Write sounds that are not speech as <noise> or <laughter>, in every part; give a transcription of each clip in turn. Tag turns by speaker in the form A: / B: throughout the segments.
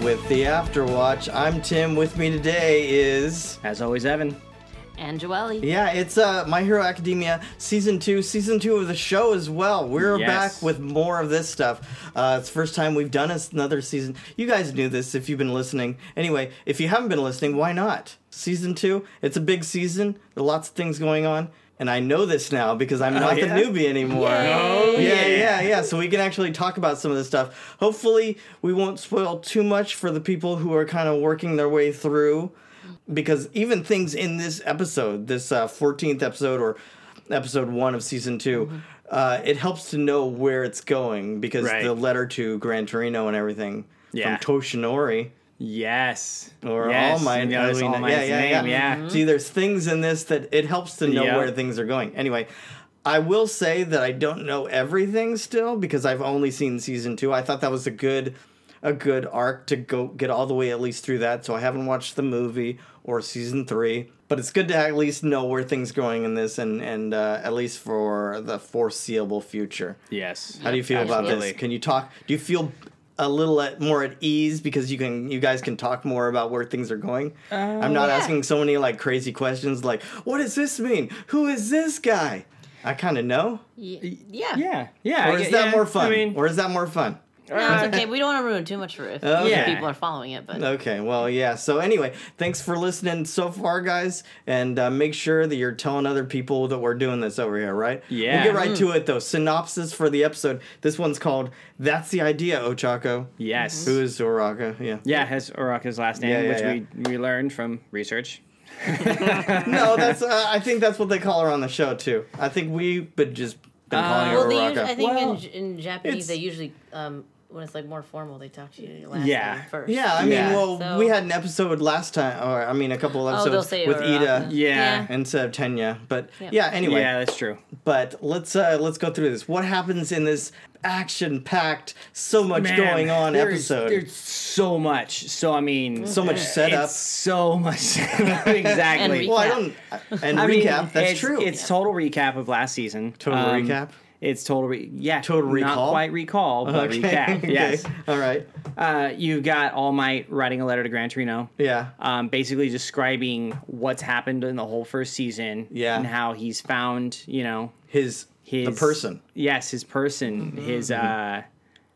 A: with the Afterwatch. I'm Tim. With me today is
B: As always, Evan.
C: and Joelle.
A: yeah, it's uh My Hero Academia season two, season two of the show as well. We're
B: Yes.
A: back with more of this stuff. Uh, it's the first time we've done us- another season. You guys knew this if you've been listening. Anyway, if you haven't been listening, why not? Season two. It's a big season. There are lots of things going on, and I know this now because I'm not
B: Oh, yeah?
A: the newbie anymore.
B: Oh
A: yeah, yeah, yeah. So we can actually talk about some of this stuff. Hopefully, we won't spoil too much for the people who are kind of working their way through, because even things in this episode, this uh, 14th episode or episode one of season 2
B: Mm-hmm.
A: uh, it helps to know where it's going because
B: Right.
A: the letter to Gran Torino and everything
B: Yeah.
A: from Toshinori
B: Yes.
A: or
B: yes.
A: All Might.
B: Yeah,
A: I
B: that's
A: mean,
B: All Might's
A: yeah, yeah, Mm-hmm.
B: name.
A: yeah.
B: yeah.
A: See, there's things in this that it helps to know
B: Yeah.
A: where things are going. Anyway, I will say that I don't know everything still because I've only seen season two. I thought that was a good a good arc to go get all the way at least through that. So I haven't watched the movie or season three, but it's good to at least know where things are going in this and and uh, at least for the foreseeable future.
B: Yes.
A: How do you feel about
B: Absolutely.
A: this? Can you talk? Do you feel a little at, more at ease because you can you guys can talk more about where things are going?
B: Uh,
A: I'm not
C: Yeah.
A: asking so many like crazy questions like what does this mean? Who is this guy? I kind of know.
C: Y- yeah.
B: Yeah. Yeah.
A: Or
B: I
A: is
B: get-
A: that
B: yeah,
A: more fun?
B: I mean,
A: or is that more fun?
C: No,
B: uh,
C: it's okay. We don't want to ruin too much for if
A: Oh, Okay.
C: if people are following it, but
A: Okay, well, yeah. So anyway, thanks for listening so far, guys, and uh, make sure that you're telling other people that we're doing this over here, right?
B: Yeah.
A: We'll get right to it though. Synopsis for the episode. This one's called "That's the Idea," Ochako.
B: yes.
A: Who is Soraka? Yeah.
B: yeah, has Uraka's last name,
A: Yeah, yeah,
B: which
A: yeah.
B: we we learned from
A: <laughs>
B: research. <laughs>
A: No, that's. Uh, I think that's what they call her on the show too. I think we've been just been calling
B: Uh,
A: her
C: well, they usually, I
A: Uraka.
C: think
B: Well,
C: in, J- in Japanese
A: it's-
C: they usually um, when it's like more formal they talk to you your last
B: Yeah.
C: name first.
A: Yeah, I mean,
B: Yeah.
A: well,
C: So-
A: we had an episode last time, or I mean, a couple of
C: Oh, they'll
A: episodes
C: say
A: with
C: Uraka.
A: Ida
B: Yeah.
A: instead of Tenya. But
C: Yep.
A: yeah, anyway,
B: Yeah, that's true.
A: but let's uh let's go through this. What happens in this action-packed, so much going on
B: there's-
A: episode?
B: There's so much. So I mean,
A: so much setup.
B: It's <laughs> so
A: <laughs>
B: much. exactly.
C: And
A: Well, I
C: recap.
A: don't. And
B: I mean,
A: recap. that's
B: it's,
A: true.
B: It's total recap of last season. Um,
A: Total recap?
B: It's total. Re- yeah.
A: Total recall?
B: Not quite recall, but
A: okay. <laughs>
B: recap.
A: okay.
B: Yes.
A: All right.
B: Uh, you've got All Might writing a letter to Gran Torino.
A: Yeah.
B: um, basically describing what's happened in the whole first season
A: Yeah.
B: and how he's found, you know,
A: His
B: his
A: the person. Mm-hmm.
B: Yes, his person, his uh,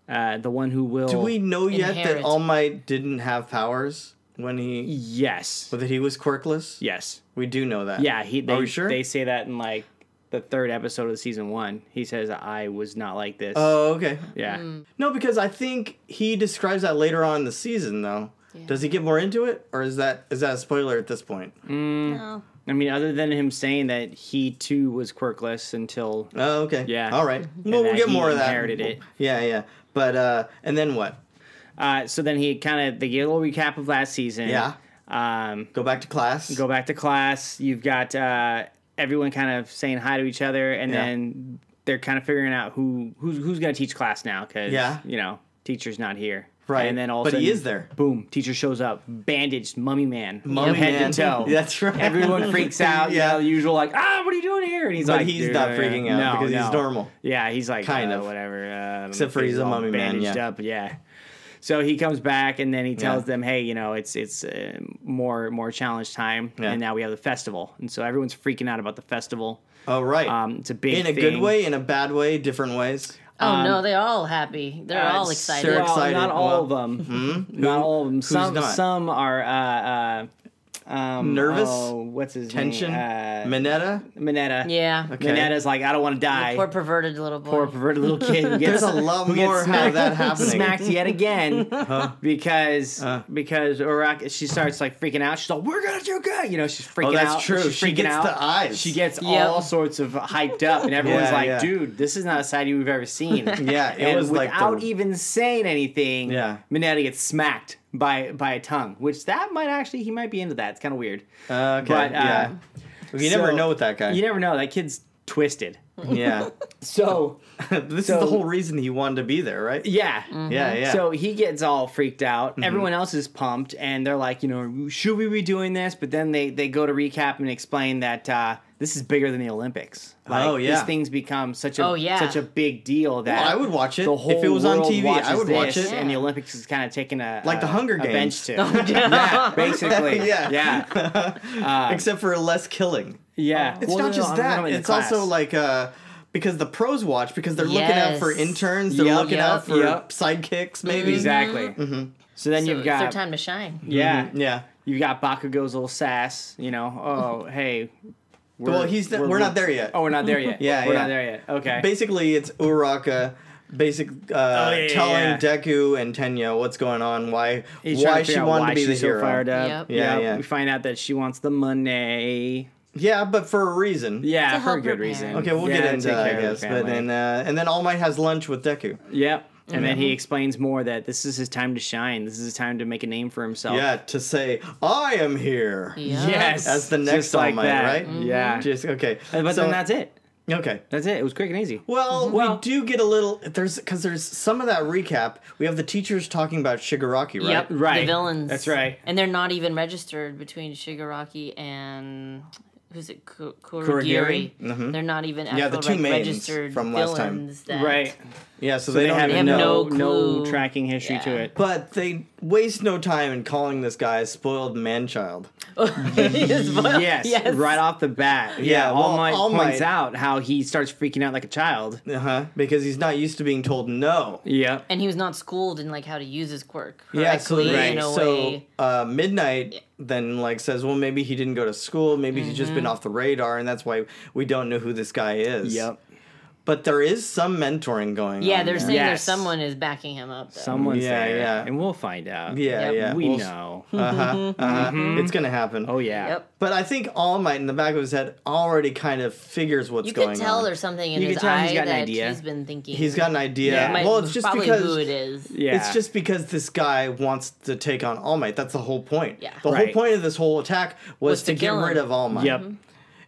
B: uh, the one who will.
A: Do we know yet that
C: Inherent.
A: All Might didn't have powers when he
B: Yes,
A: But that he was quirkless?
B: yes,
A: We do know that.
B: yeah. He. They,
A: Are we sure?
B: They say that in like the third episode of season one. He says, "I was not like this."
A: Oh, okay.
B: yeah.
A: No, because I think he describes that later on in the season, though. Does he get more into it, or is that is that a spoiler at this point?
B: Mm.
C: No.
B: I mean, other than him saying that he too was quirkless until
A: Oh, okay.
B: Yeah.
A: All right. Well, we'll
B: that
A: get
B: he
A: more of that.
B: inherited it.
A: Yeah, yeah. But uh, and then what?
B: uh, so then he kind of they get a little recap of last season.
A: Yeah.
B: Um,
A: Go back to class.
B: go back to class. You've got uh, everyone kind of saying hi to each other, and
A: Yeah.
B: then they're kind of figuring out who who's who's going to teach class now because
A: Yeah.
B: you know teacher's not here.
A: Right.
B: And then all
A: But
B: of a
A: he
B: sudden,
A: is there.
B: Boom! Teacher shows up, bandaged, mummy man,
A: Mummy
B: from head
A: man.
B: to toe.
A: <laughs> That's right.
B: Everyone freaks
A: <laughs>
B: out.
A: Yeah.
B: Yeah. the usual like, ah, what are you doing here? And he's
A: But
B: like,
A: he's
B: "Dude,
A: not
B: uh,
A: freaking out
B: no,
A: because he's
B: no."
A: normal.
B: Yeah, he's like
A: Kind
B: uh,
A: of.
B: whatever. Uh,
A: Except for he's a
B: all
A: mummy man,
B: bandaged
A: yeah.
B: Up, yeah. So he comes back and then he tells them, "Hey, you know, it's it's uh, more more challenge time,
A: Yeah.
B: and now we have the festival, and so everyone's freaking out about the festival.
A: Oh, right.
B: Um, it's a big
A: in a
B: thing.
A: good way, in a bad way, different ways.
C: Oh
A: Um,
C: no, they're all happy. They're
B: Uh,
C: all excited.
A: They're
B: Well,
A: excited.
B: Not all
A: Well, hmm?
B: of them. Not all of them. Some
A: not?
B: some are uh, uh, um,
A: Nervous?
B: Oh, what's his
A: Tension.
B: name? Uh,
A: Minetta.
B: Minetta.
C: Yeah.
A: Okay.
B: Minetta's like, I don't want to die.
C: Poor perverted little boy.
B: poor perverted little kid.
A: <laughs>
B: Who gets,
A: There's
B: <laughs>
A: a lot
B: who gets
A: more how
B: smacked, <laughs>
A: that happening.
B: Smacked
A: <laughs>
B: yet again because because Uraka, she starts like freaking out. She's like, "We're gonna do good," you know. She's freaking
A: Oh, that's
B: out.
A: true.
B: She's
A: She
B: freaking
A: gets
B: out.
A: the eyes.
B: She gets
C: Yep.
B: all sorts of hyped up, and everyone's
A: Yeah,
B: like,
A: yeah.
B: "Dude, this is not a side we've ever seen."
A: <laughs> Yeah, it
B: and
A: was like
B: without
A: the-
B: even saying anything.
A: Yeah.
B: Minetta gets smacked by by a tongue, which that might actually he might be into that. It's kind of weird.
A: Okay.
B: But, uh,
A: yeah. You never
B: so-
A: know with that guy.
B: You never know. That kid's twisted.
A: yeah.
B: So
A: <laughs> this
B: So-
A: is the whole reason he wanted to be there, right?
B: yeah.
A: Yeah, yeah. Mm-hmm.
B: So he gets all freaked out. Everyone else is pumped, and they're like, you know, should we be doing this? But then they they go to recap and explain that uh, this is bigger than the Olympics. Like,
A: Oh, yeah.
B: these things become such a
C: Oh, yeah.
B: such a big deal that
A: I would watch it.
B: the
A: If
B: whole
A: it was on
B: world
A: TV, I
B: watches
A: would watch
B: this,
A: it.
B: And the
C: Yeah.
B: Olympics is kind of taking a
A: Like the
B: a-
A: Hunger
B: a
A: Games.
C: <laughs>
A: Oh,
B: bench
A: <laughs>
B: to yeah, basically
A: Yeah.
B: yeah
A: <laughs> Except for less killing.
B: yeah.
A: It's
B: Well, no,
A: not
B: no,
A: just
B: I'm not
A: that.
B: in the
A: It's
B: class.
A: also like uh because the pros watch because they're looking out for
C: Yes.
A: interns, they're
B: Yep.
A: looking out
C: Yep.
A: for
B: Yep.
A: sidekicks, maybe.
B: exactly.
A: Mm-hmm.
B: So then
C: So
B: you've got
C: it's their time to shine.
B: yeah
A: Yeah.
B: you've got Bakugo's little sass. You know oh
A: <laughs>
B: hey. We're,
A: Well, he's we're, not there yet.
B: Oh, we're not there
A: <laughs>
B: yet.
A: Yeah,
B: we're
A: yeah.
B: not there yet. Okay. Oh,
A: Basically, it's Uraka basic uh,
B: yeah,
A: telling
B: yeah.
A: Deku and Tenya what's going on, why
B: He's trying
A: why
B: to figure
A: she
B: out
A: wanted
B: why
A: to be the
B: she's so
A: hero.
B: fired up.
C: Yep.
A: Yeah, yeah.
B: We find out that she wants the money.
A: Yeah, but for a reason.
B: Yeah,
C: To
B: for
C: help
B: a
C: her
B: good reason.
C: parents.
A: Okay, we'll
B: Yeah,
A: get
B: to
A: into
B: take
A: that,
B: care
A: I
B: of the
A: guess. But
B: family.
A: then uh, and then All Might has lunch with Deku.
B: Yep. And then
C: Mm-hmm.
B: he explains more that this is his time to shine. This is his time to make a name for himself.
A: Yeah, to say I am here.
C: Yeah.
B: Yes.
A: As the
B: Just
A: next All Might,
B: that.
A: right?
C: Mm-hmm.
B: Yeah.
A: Just okay.
B: Uh, But
A: so,
B: then that's it.
A: okay.
B: That's it. It was quick and easy.
A: Well,
B: Well-
A: we do get a little there's because there's some of that recap. We have the teachers talking about Shigaraki, right?
C: Yep.
B: Right.
C: The villains.
B: That's right.
C: And they're not even registered between Shigaraki and who's it? Ku-
B: Kurigiri?
C: Kurigiri. They're not even actual,
A: Mm-hmm. Yeah, the two
C: like,
A: mains
C: registered
A: from last time.
C: villains. That, <laughs>
B: Right.
A: Yeah, so,
B: They,
A: they, don't
B: have,
A: even
C: They
B: no,
C: have
A: know.
C: no
B: no
C: clue.
B: tracking history to
C: Yeah.
B: it.
A: But they waste no time in calling this guy a spoiled man child. <laughs>
C: Yes, well,
B: Yes,
C: yes.
B: right off the bat. Yeah,
A: Yeah,
B: All
A: well,
B: Might
A: All
B: points
A: Might-
B: out how he starts freaking out like a child.
A: Uh huh. Because he's not used to being told no.
B: Yeah.
C: And he was not schooled in like how to use his quirk correctly
A: Yeah, so,
B: Right.
C: in a
A: so
C: way.
A: uh, Midnight then like says, well, maybe he didn't go to school. Maybe he's just
C: Mm-hmm.
A: been off the radar, and that's why we don't know who this guy is.
B: Yep.
A: But there is some mentoring going on.
C: Yeah, they're
A: there.
C: saying
B: Yes.
C: there's someone is backing him up. Though.
B: Someone's
A: Yeah,
B: there.
A: yeah.
B: And we'll find out.
A: Yeah,
C: Yep. Mm-hmm.
A: yeah.
B: We
A: Well, <laughs>
B: know.
A: Uh-huh, uh-huh. It's gonna happen.
B: oh, yeah.
C: Yep.
A: But I think All Might in the back of his head already kind of figures what's
C: You
A: going
C: could tell
A: on.
C: there's something in
B: You
C: his
B: could tell
C: eye
B: he's got an
C: that
B: idea.
C: he's been thinking.
A: He's got an idea.
B: Yeah.
C: Might-
A: Well, it's just
C: probably
A: because
C: who it is.
B: Yeah.
A: it's just because this guy wants to take on All Might. That's the whole point.
C: Yeah.
A: The
B: Right.
A: whole point of this whole attack was,
C: Was
A: to,
C: to
A: get
C: kill him.
A: rid of All Might.
B: Yep.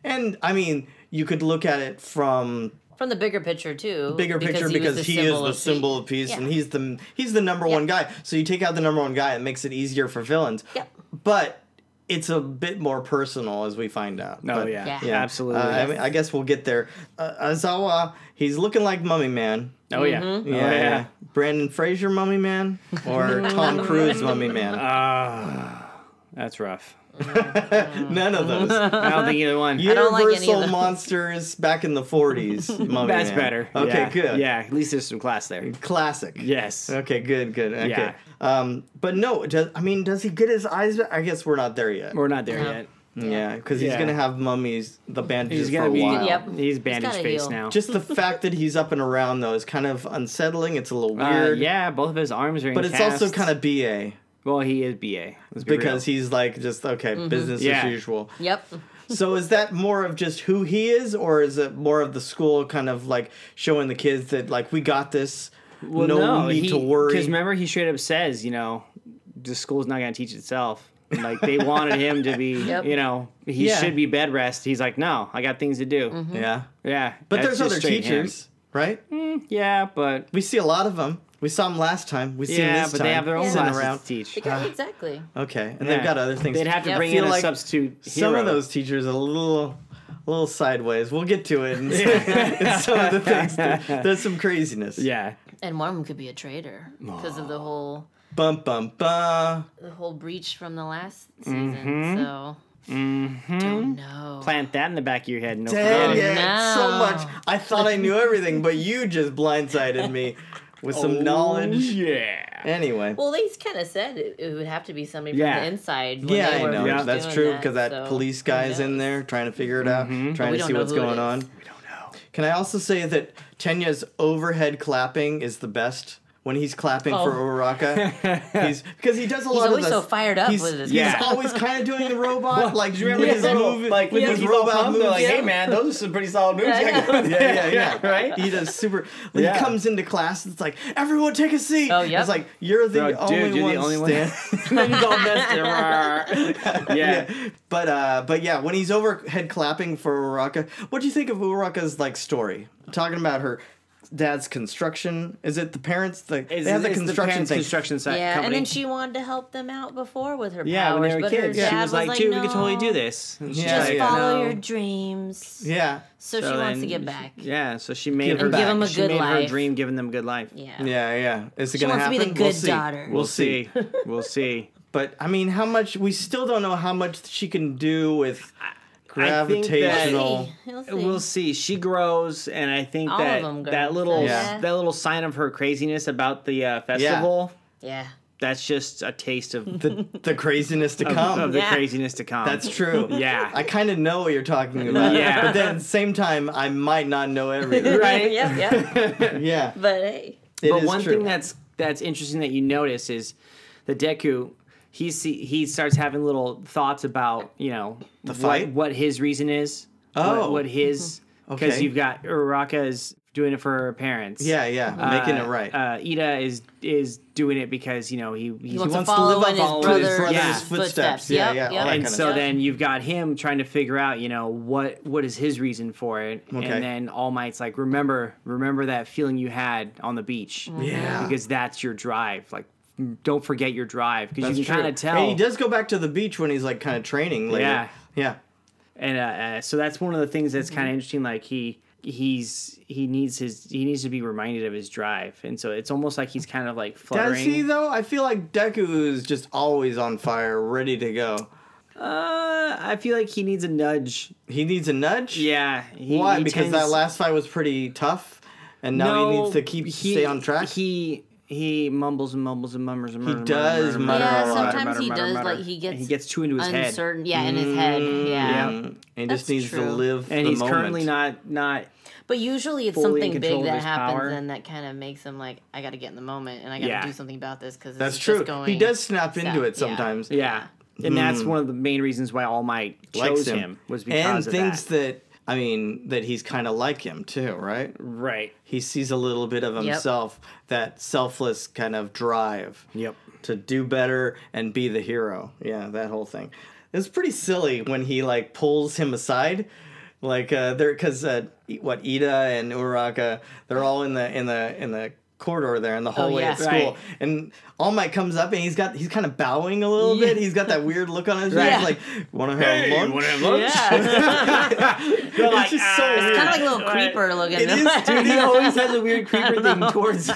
A: And I mean, you could look at it from
C: From the bigger picture too.
A: bigger picture
C: was
A: because
C: the
A: he is
C: symbol
A: the
C: of
A: symbol of peace,
C: Yeah.
A: and he's the he's the number one guy. So you take out the number one guy, it makes it easier for villains.
C: Yep.
A: But it's a bit more personal, as we find out.
B: Oh,
A: But-
B: yeah.
C: Yeah.
B: Absolutely.
A: Uh, I, mean, I guess we'll get there. Uh, Azawa, he's looking like Mummy Man.
B: oh, yeah. Oh,
A: mm-hmm. Yeah, yeah. Brandon Fraser Mummy Man or
B: <laughs>
A: Tom Cruise Mummy Man.
B: Uh, That's
A: <laughs>
B: rough.
A: None of those.
B: <laughs> I don't think either one.
A: Universal
C: don't like any of them.
A: monsters back in the
B: <laughs>
A: forties. Mummy
B: That's
A: Man.
B: better.
A: Okay,
B: Oh, Yeah.
A: good.
B: Yeah, at least there's some class there.
A: classic.
B: Yes.
A: Okay, good, good. Okay.
B: Yeah.
A: Um, but no, does, I mean, does he get his eyes? back? I guess we're not there yet.
B: We're not there
C: No.
B: yet.
A: Yeah, because
B: Yeah.
A: he's gonna have mummies, the bandages
B: He's
A: for a
B: gonna be.
A: while.
C: Yep.
B: He's bandage
C: gotta
B: face
C: heal.
B: now.
A: Just the fact that he's up and around though is kind of unsettling. It's a little
B: Uh,
A: weird.
B: yeah, both of his arms are. In
A: But it's also kind of ba
B: Well, he is ba. Let's be
A: because he's like just okay, business
B: Yeah.
A: as usual.
C: Yep.
A: So is that more of just who he is, or is it more of the school kind of like showing the kids that like we got this?
B: real.
A: no, need to worry.
B: Because remember, he straight up says, you know, the school's not gonna teach itself. Like they wanted him to be,
C: <laughs> Yep.
B: you know, he
A: Yeah.
B: should be bed rest. He's like, no, I got things to do.
C: Mm-hmm.
A: yeah,
B: Yeah,
A: but
B: Mhm. that's
A: there's
B: just
A: other
B: straight him.
A: teachers, right?
B: Yeah, but
A: We see a lot of them. We saw them last time. We see them
B: yeah,
A: this
B: but
A: time.
B: they have their own
A: sitting
B: classes
A: around.
B: to teach.
A: Uh,
C: Yeah, exactly.
A: Okay, and
B: Yeah.
A: they've got other things.
B: They'd have to
C: Yep.
B: bring
A: Feel
B: in a
A: like
B: substitute.
A: Some
B: hero.
A: of those teachers are a little, a little sideways. We'll get to
B: <laughs>
A: it. And some of the things. There's some craziness.
B: Yeah.
C: And one of them could be a traitor because of the whole
A: Bum bum bum.
C: the whole breach from the last season.
B: Mm-hmm.
C: So don't know.
B: Plant that in the back of your head. No
A: Dang
B: problem.
A: it! So
C: no.
A: much. I thought I knew everything, but you just blindsided me with
B: Oh,
A: some knowledge.
B: Yeah.
A: Anyway.
C: well, they kind of said it, it would have to be somebody from
B: Yeah.
C: the inside. When
A: yeah,
C: they
A: I
C: were
A: know.
B: Yeah.
C: first
A: That's
C: doing
A: true because that,
C: so
A: police
C: who
A: guy's in
C: knows?
A: there trying to figure it out, trying to
C: we don't
A: see
C: know
A: what's
C: who it
A: going
C: is.
A: on.
B: We don't know.
A: Can I also say that Tenya's overhead clapping is the best when he's clapping for
C: Oh. <laughs>
A: Uraraka? He's because he does a lot of
C: always
A: this-
C: so fired up
A: he's,
C: with his-
A: He's
B: Yeah.
A: always kind of
C: <laughs>
A: doing the robot. like, do you remember
B: Yeah.
A: his move?
B: Like,
A: with
B: yeah,
A: his
B: he's all
A: robot
B: pumped,
A: moves?
B: they're like,
A: yeah.
B: "Hey, man, those are some pretty solid <laughs> moves."
C: I know.
A: yeah, yeah, yeah.
B: Right?
A: He does super.
B: Yeah.
A: He comes into class. It's like everyone take a seat.
C: Oh, yep.
A: It's like you're the
B: Bro, dude,
A: only
B: you're
A: one
B: the only one.
A: stand-
B: <laughs> yeah.
A: yeah. But uh, but yeah, when he's overhead clapping for Uraraka, what do you think of Uraraka's like story? Talking about her dad's construction. Is it the parents? The
B: It's-
A: they have the
B: it's
A: construction
B: parents'
A: thing.
B: construction site
C: Yeah,
B: company.
C: and then she wanted to help them out before with her
B: yeah,
C: powers,
B: when they were
C: but
B: kids,
C: her dad
B: she was like, "Dude, we could totally do
C: "No,
B: this." And she's
A: Yeah,
C: Just
B: like,
A: yeah.
C: follow
B: "No."
C: your dreams.
A: Yeah,
C: So,
B: So
C: she wants to
B: then
C: get
B: she-
C: back. Yeah.
B: Yeah, so she made
A: Give
B: her
A: them- give
B: back-
C: them a
B: she
C: good
B: made her
C: life.
B: dream, giving them good life.
A: yeah, yeah. Is it
C: She
A: gonna
C: wants to
A: happen?
C: be the
A: we'll
C: good
A: see.
C: daughter.
A: We'll
B: We'll
A: see.
B: see. we'll see.
A: But I mean, how much? We still don't know how much she can do with
B: I think that-
A: gravitational.
C: Hey, <laughs> we'll see.
B: We'll see. She grows, and I think
C: All
B: that
C: of 'em grow.
B: that little
A: Yeah.
B: that little sign of her craziness about the uh, festival.
C: Yeah.
B: That's just a taste of the,
A: The, the craziness to come.
B: of the
C: Yeah.
B: craziness to come.
A: That's true.
B: Yeah.
A: I kind of know what you're
B: <laughs>
A: talking about.
B: Yeah.
A: But then at the same time, I might not know
B: <laughs>
A: everything.
B: <laughs> Right.
C: <laughs> yep, yep.
A: yeah.
C: But hey.
A: it
B: but
A: is
B: one
A: true.
B: thing that's that's interesting that you notice is the Deku. He see, he starts having little thoughts about you know the
A: fight?
B: what, what his reason is.
A: Oh. Mm-hmm.
B: what, what his because
A: Okay.
B: you've got Uraraka is doing it for her parents.
A: Yeah, yeah. making it
B: Uh,
A: right.
B: Uh, Ida is is doing it because you know he he,
C: wants to
B: wants
C: follow
B: to live
C: in his
B: up to
A: Brother's
B: his
C: brother's
B: brother's
C: Yeah.
A: footsteps.
C: footsteps.
A: Yeah,
C: Yep,
A: yeah.
C: yep.
A: All that
B: and
A: kind of
B: so
A: stuff.
B: then you've got him trying to figure out, you know, what what is his reason for it,
A: Okay.
B: and then All Might's like, remember, remember that feeling you had on the beach,
A: Yeah.
B: because that's your drive. Like, don't forget your drive, because
A: That's
B: you can kind
A: true.
B: of tell.
A: And he does go back to the beach when he's like kind of training. Later.
B: Yeah.
A: Yeah.
B: and uh, uh, so that's one of the things that's kind of interesting. Like he he's he needs his he needs to be reminded of his drive, and so it's almost like he's kind of like
A: Does
B: fluttering.
A: he though? I feel like Deku is just always on fire, ready to go.
B: uh, I feel like he needs a nudge.
A: He needs a nudge.
B: Yeah, he,
A: Why?
B: he
A: because that
B: tends-
A: last fight was pretty tough, and now he needs to keep
B: he-
A: stay on track.
B: He he mumbles and mumbles and murmurs and murmurs. and
A: does
B: murmurs,
A: mutter
C: Yeah,
A: a lot.
C: sometimes he does, like, he
B: And he
C: gets
B: gets too into his head, Mm-hmm.
C: Uncertain. Yeah, in his head. Yeah.
B: yeah.
A: he
C: That's
A: just needs to
C: true.
A: live.
B: and
A: the
B: he's
A: moment.
B: currently not not.
C: But usually it's
B: fully in
C: something
B: control
C: big
B: of
C: that
B: his
C: happens
B: power.
C: and that kind of makes him like, I got to get in the moment and I got to
B: Yeah.
C: do something about this because
A: That's
C: Just
A: true.
C: going
A: He does snap
C: south.
A: into it
C: Yeah.
A: sometimes.
B: Yeah, and that's one of the main reasons why All Might
A: Hmm. Likes
B: chose him. was because
A: and
B: of
A: thinks
B: that.
A: that. I mean that he's kind of like him too, right?
B: Right.
A: He sees a little bit of himself, that selfless kind of drive.
B: Yep.
A: to do better and be the hero. Yeah, that whole thing. It's pretty silly when he like pulls him aside, like uh, they're because uh, what Ida and Uraka, they're all in the in the in the corridor there in the hallway
C: yeah.
A: at school,
B: Right.
A: and All Might comes up and he's got he's kind of bowing a little bit. He's got that weird look
C: <laughs>
A: on his face,
C: Right.
A: like want to have lunch? <laughs>
C: Yeah.
A: it's just so weird.
C: kind of like a little creeper looking.
A: it is,
C: <laughs>
A: dude. He always has a weird creeper thing
B: towards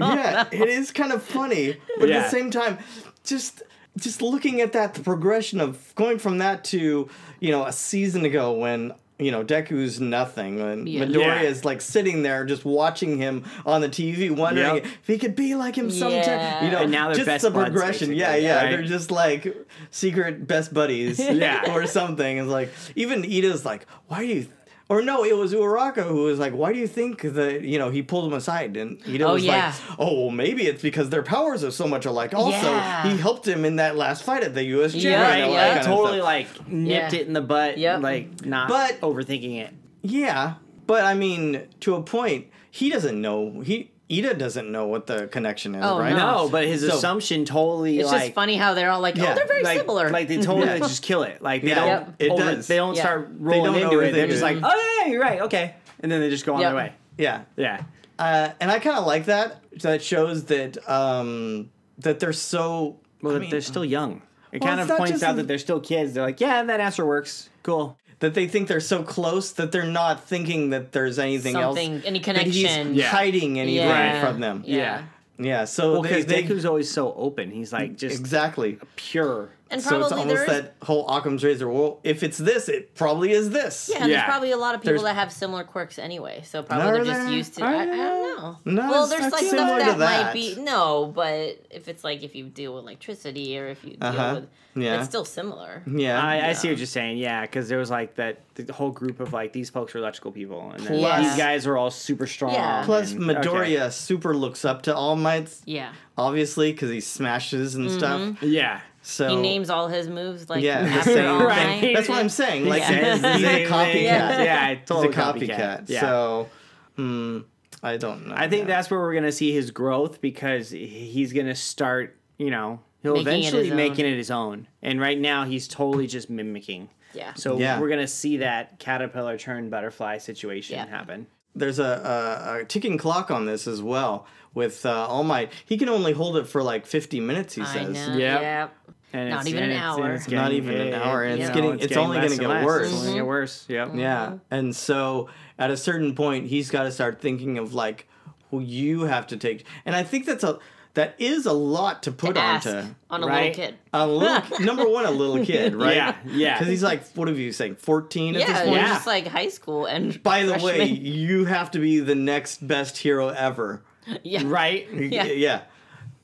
A: <laughs>
B: <laughs>
A: yeah, it is kind of funny, but at
B: Yeah.
A: the same time, just just looking at that, the progression of going from that to you know a season ago when you know Deku's nothing and
C: Yeah.
A: Midoriya
B: Yeah.
A: is like sitting there just watching him on the TV, wondering
B: Yep.
A: if he could be like him sometime.
C: Yeah.
A: You know,
B: And now they're
A: just
B: best
A: the
B: buds,
A: progression. yeah,
B: basically,
A: yeah,
B: right?
A: they're just like secret best buddies,
B: <laughs> Yeah.
A: or something. It's like even Ida's like, why do you? Or no, it was Uraraka who was like, "Why do you think that you know he pulled him aside?" And Ida
C: Oh,
A: was
C: yeah.
A: like, "Oh, well, maybe it's because their powers are so much alike." Also,
C: Yeah.
A: he helped him in that last fight at the USG. and
C: Yeah,
B: Right.
A: all that
C: yeah.
A: kind of
B: Totally
A: stuff.
B: like nipped
C: Yeah.
B: it in the butt.
C: Yep.
B: Like not
A: But-
B: overthinking it.
A: Yeah, but I mean, to a point, he doesn't know. He Ida doesn't know what the connection is,
C: Oh,
A: right?
B: No, but his
A: So-
B: assumption totally
C: It's
B: like
C: just funny how they're all like,
A: Yeah,
C: oh, they're very
B: like,
C: similar.
B: Like they totally
A: Yeah.
B: just kill it. Like they
A: Yeah.
B: don't
C: Yep.
A: It
B: over-
A: does.
B: they don't
C: Yeah.
B: start
A: They
B: rolling
A: don't
B: into
A: overthink
B: it. They're just
A: it.
B: like, oh yeah, you're right, okay, and then they just go on their
C: Yep.
B: way.
A: Yeah,
B: Yeah,
A: uh, and I kind of like that. That shows that um, that they're so.
B: well,
A: I mean,
B: they're still young. It
A: Well,
B: kind
A: it's
B: of
A: not
B: points
A: just
B: out
A: in-
B: that they're still kids. They're like, yeah, that answer works. Cool.
A: that they think they're so close that they're not thinking that there's anything
C: Something-
A: else
C: any
A: that he's
C: connection.
B: Yeah.
A: hiding anything
C: Yeah.
A: from them
C: Yeah.
A: Yeah, so
B: Well,
A: they,
B: because
A: they
B: Deku's always so open. He's like just
A: exactly
B: pure.
C: and
A: so
C: probably
A: it's
C: there
A: almost
C: is,
A: that whole Occam's razor well if it's this it probably is this
C: yeah, and there's
B: Yeah.
C: probably a lot of people
A: There's-
C: that have similar quirks anyway. So probably
A: Are
C: they're just
A: there?
C: used to.
A: Are
C: I, I
A: there?
C: don't know.
A: No,
C: well,
A: it's
C: there's
A: not
C: like stuff
A: similar to
C: that,
A: that.
C: might be no, but if it's like if you deal with electricity or if you deal
A: Uh-huh.
C: with,
A: Yeah.
C: it's still similar.
A: yeah
B: I, I see what you're saying. Yeah, because there was like that the whole group of like these folks were electrical people, and then
C: Plus-
B: these guys are all super strong.
C: Yeah.
A: plus
B: and-
A: Midoriya super looks up to All Might's
C: Yeah,
A: obviously because he smashes and stuff
B: okay. Yeah.
A: so
C: Mm-hmm. he names all his moves like
A: yeah the
C: after
A: same
C: all
B: Right.
C: night.
A: that's what I'm saying like
C: Yeah.
A: he's a copycat <laughs>
B: Yeah, yeah
A: he's a
B: totally
A: copycat,
B: Yeah.
A: so hmm, I don't know
B: I think
A: yeah.
B: that's where we're gonna see his growth because he's gonna start, you know, he'll
C: Making it
B: eventually
C: his own.
B: making it his own. And right now he's totally just mimicking.
C: Yeah.
B: So
A: Yeah.
B: we're gonna see that caterpillar turn butterfly situation
C: Yeah.
B: happen.
A: there's a, a, a ticking clock on this as well with uh, All Might. He can only hold it for like 50 minutes. He
C: I
A: says.
C: know.
B: Yep.
C: Yep.
B: And
C: Not
B: it's-
C: even
B: and
C: an
B: it's- and
C: hour.
B: it's
A: Not even an hour, and
C: it's
A: getting- it's only
B: less
A: gonna
B: and
A: get
B: less.
A: worse.
B: It's only gonna get worse. Yep.
C: Uh-huh.
A: Yeah. And so at a certain point, he's got to start thinking of like who you have to take. And I think that's a that is a lot to put
C: To ask
A: onto
C: on a
B: Right.
C: little kid.
A: a
C: <laughs>
A: little number one, a little kid, right?
B: Yeah, yeah.
A: Because he's like, what have you saying, fourteen at this
C: Yeah,
A: point?
B: Yeah.
C: just like high school and.
A: By the
C: freshman.
A: way, you have to be the next best hero ever.
C: <laughs> yeah,
B: Right.
A: Y- yeah.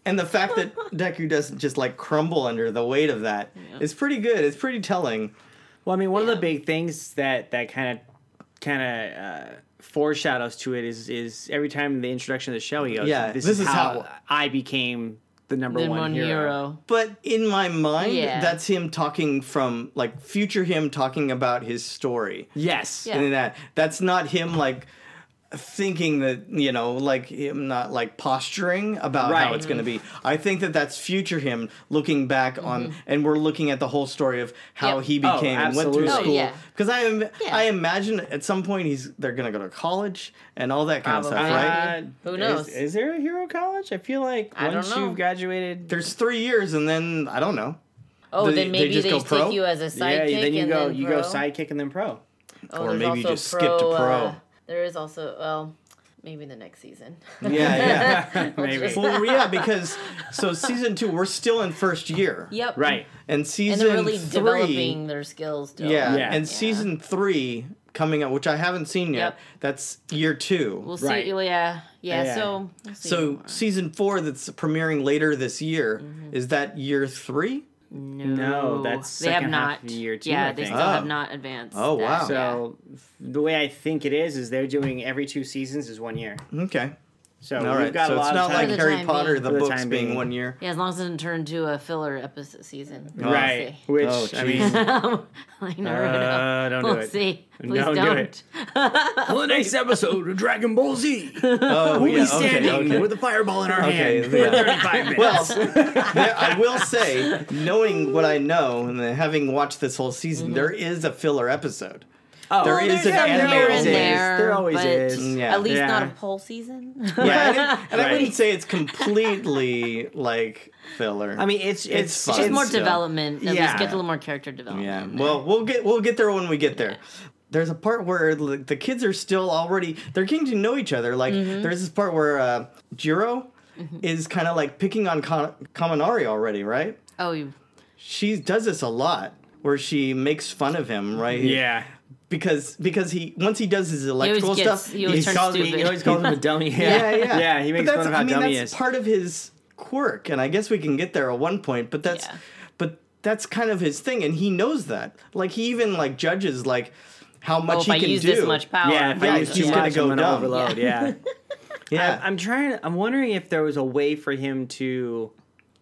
A: And the fact
C: <laughs>
A: that Deku doesn't just like crumble under the weight of that is pretty good. It's pretty telling.
B: Well, I mean, one of
C: Yeah.
B: the big things that that kind of kind of uh, foreshadows to it is is every time the introduction of the show, he goes,
A: Yeah,
B: this, is, how, I became the number
C: Then
B: one,
C: one
B: hero."
C: hero.
A: But in my mind,
C: Yeah.
A: that's him talking from like future him talking about his story.
B: Yes.
C: Yeah.
A: And that that's not him like thinking that you know like him not like posturing about how
B: Right.
A: it's going to be. I think that that's future him looking back on, and we're looking at the whole story of how
C: Mm-hmm. Yep.
A: he
B: Oh,
A: became and went through
B: absolutely.
A: school.
C: Oh, yeah.
A: Because I am,
C: Yeah.
A: I imagine at some point he's they're going to go to college and all that kind of
C: Probably.
A: stuff, right?
B: Uh,
C: Who
B: is-
C: knows?
B: Is, there a hero college? I feel like
C: I don't
B: once
C: know.
B: you've graduated,
A: There's three years, and then I don't know.
C: Oh,
A: They-
C: then
A: they
C: maybe
A: just
C: they,
A: go
C: take
A: pro?
C: you as a
B: yeah,
C: sidekick.
B: then you
C: and
B: go
C: then
B: you
C: pro.
B: go sidekick and then pro.
C: Oh,
A: Or
C: there's
A: maybe you
C: also
A: just skip to pro.
C: uh, there is also well, maybe the next season.
A: Yeah, yeah.
C: <laughs>
B: Maybe.
A: well, yeah, because so season two, we're still in first year,
C: yep.
B: Right.
A: and
C: And
A: season
C: they're really
A: three,
C: developing their skills. Still.
A: Yeah.
B: Yeah.
A: and
B: Yeah.
A: season three coming up, which I haven't seen yet.
C: Yep.
A: That's year 2
C: We'll see.
B: Right.
C: Yeah. Yeah.
B: Yeah.
C: So. we'll see
A: so
C: more. Mm-hmm.
A: season four that's premiering later this year is that year three?
C: no,
B: No, that's
C: they have
B: second
C: not.
B: half of year two,
C: yeah,
B: I
C: they
B: think.
C: still have
A: Oh.
C: not advanced.
A: Oh,
C: that,
A: wow.
C: yeah.
B: So f- the way I think it is is they're doing every two seasons is one year.
A: Okay,
B: So
A: all
B: we've
A: right.
B: got
A: So
B: a lot
A: it's
B: of
A: not
B: time.
A: like
C: For the
A: Harry
C: time
A: Potter
C: being.
A: the
B: For the
A: books
B: time
A: being
B: being.
A: one
B: <laughs>
A: year.
C: Yeah, as long as it doesn't turn into a filler episode season.
A: Oh.
B: right, which
A: Oh,
B: I mean,
A: jeez.
C: I never know.
B: uh, don't do
C: <laughs> We'll
B: it. <laughs>
C: see. Please
B: Don't do it. On the next episode of Dragon Ball
C: <laughs>
B: Z,
A: Oh,
B: we'll
A: yeah,
B: be standing
A: okay, okay.
B: with a fireball in our
A: Okay,
B: hand
A: yeah. <laughs>
B: for 35 minutes.
A: Well, there, I will say, knowing what I
C: <laughs>
A: know and then having watched this whole season,
C: Mm-hmm.
A: there is a filler episode.
B: oh,
A: there is an anime
C: Here
A: always
C: and
A: is.
C: there,
B: There always
C: but
B: is.
A: Yeah.
C: At least not
B: Yeah.
C: a whole season. <laughs>
A: Yeah, and, I- and I
B: Right.
A: wouldn't say it's completely like filler.
B: I mean, it's it's,
A: fun.
C: It's more
A: still-
C: development. At
B: Yeah.
C: least get a little more character development.
A: Yeah. Well, we'll get we'll get there when we get there. There's a part where like, the kids are still already they're getting to know each other. Like there's this part where uh, Jiro is kind of like picking on Ka- Kaminari already, right?
C: Oh, you,
A: She does this a lot where she makes fun of him, right?
B: yeah.
A: Because because he once he does his electrical
C: gets-
A: stuff,
C: he always turns
A: calls-
C: stupid.
B: He always calls <laughs> him a dummy.
A: yeah, yeah,
B: <laughs> yeah. He
A: But
B: makes
A: that's-
B: fun of
A: I
B: how
A: mean,
B: dummy he
A: that's
B: is.
A: part of his quirk, and I guess we can get there at one point. But that's,
C: Yeah.
A: but that's kind of his thing, and he knows that. Like he even like judges like how much
C: oh, if
A: he
C: I
A: can
C: use
A: do.
C: this much power,
B: yeah, if I
A: Yeah,
B: use
A: he's
B: too
A: gonna
B: much,
A: go
B: I'm gonna
A: dumb.
B: overload. Yeah,
A: yeah,
B: <laughs> I'm trying. I'm wondering if there was a way for him to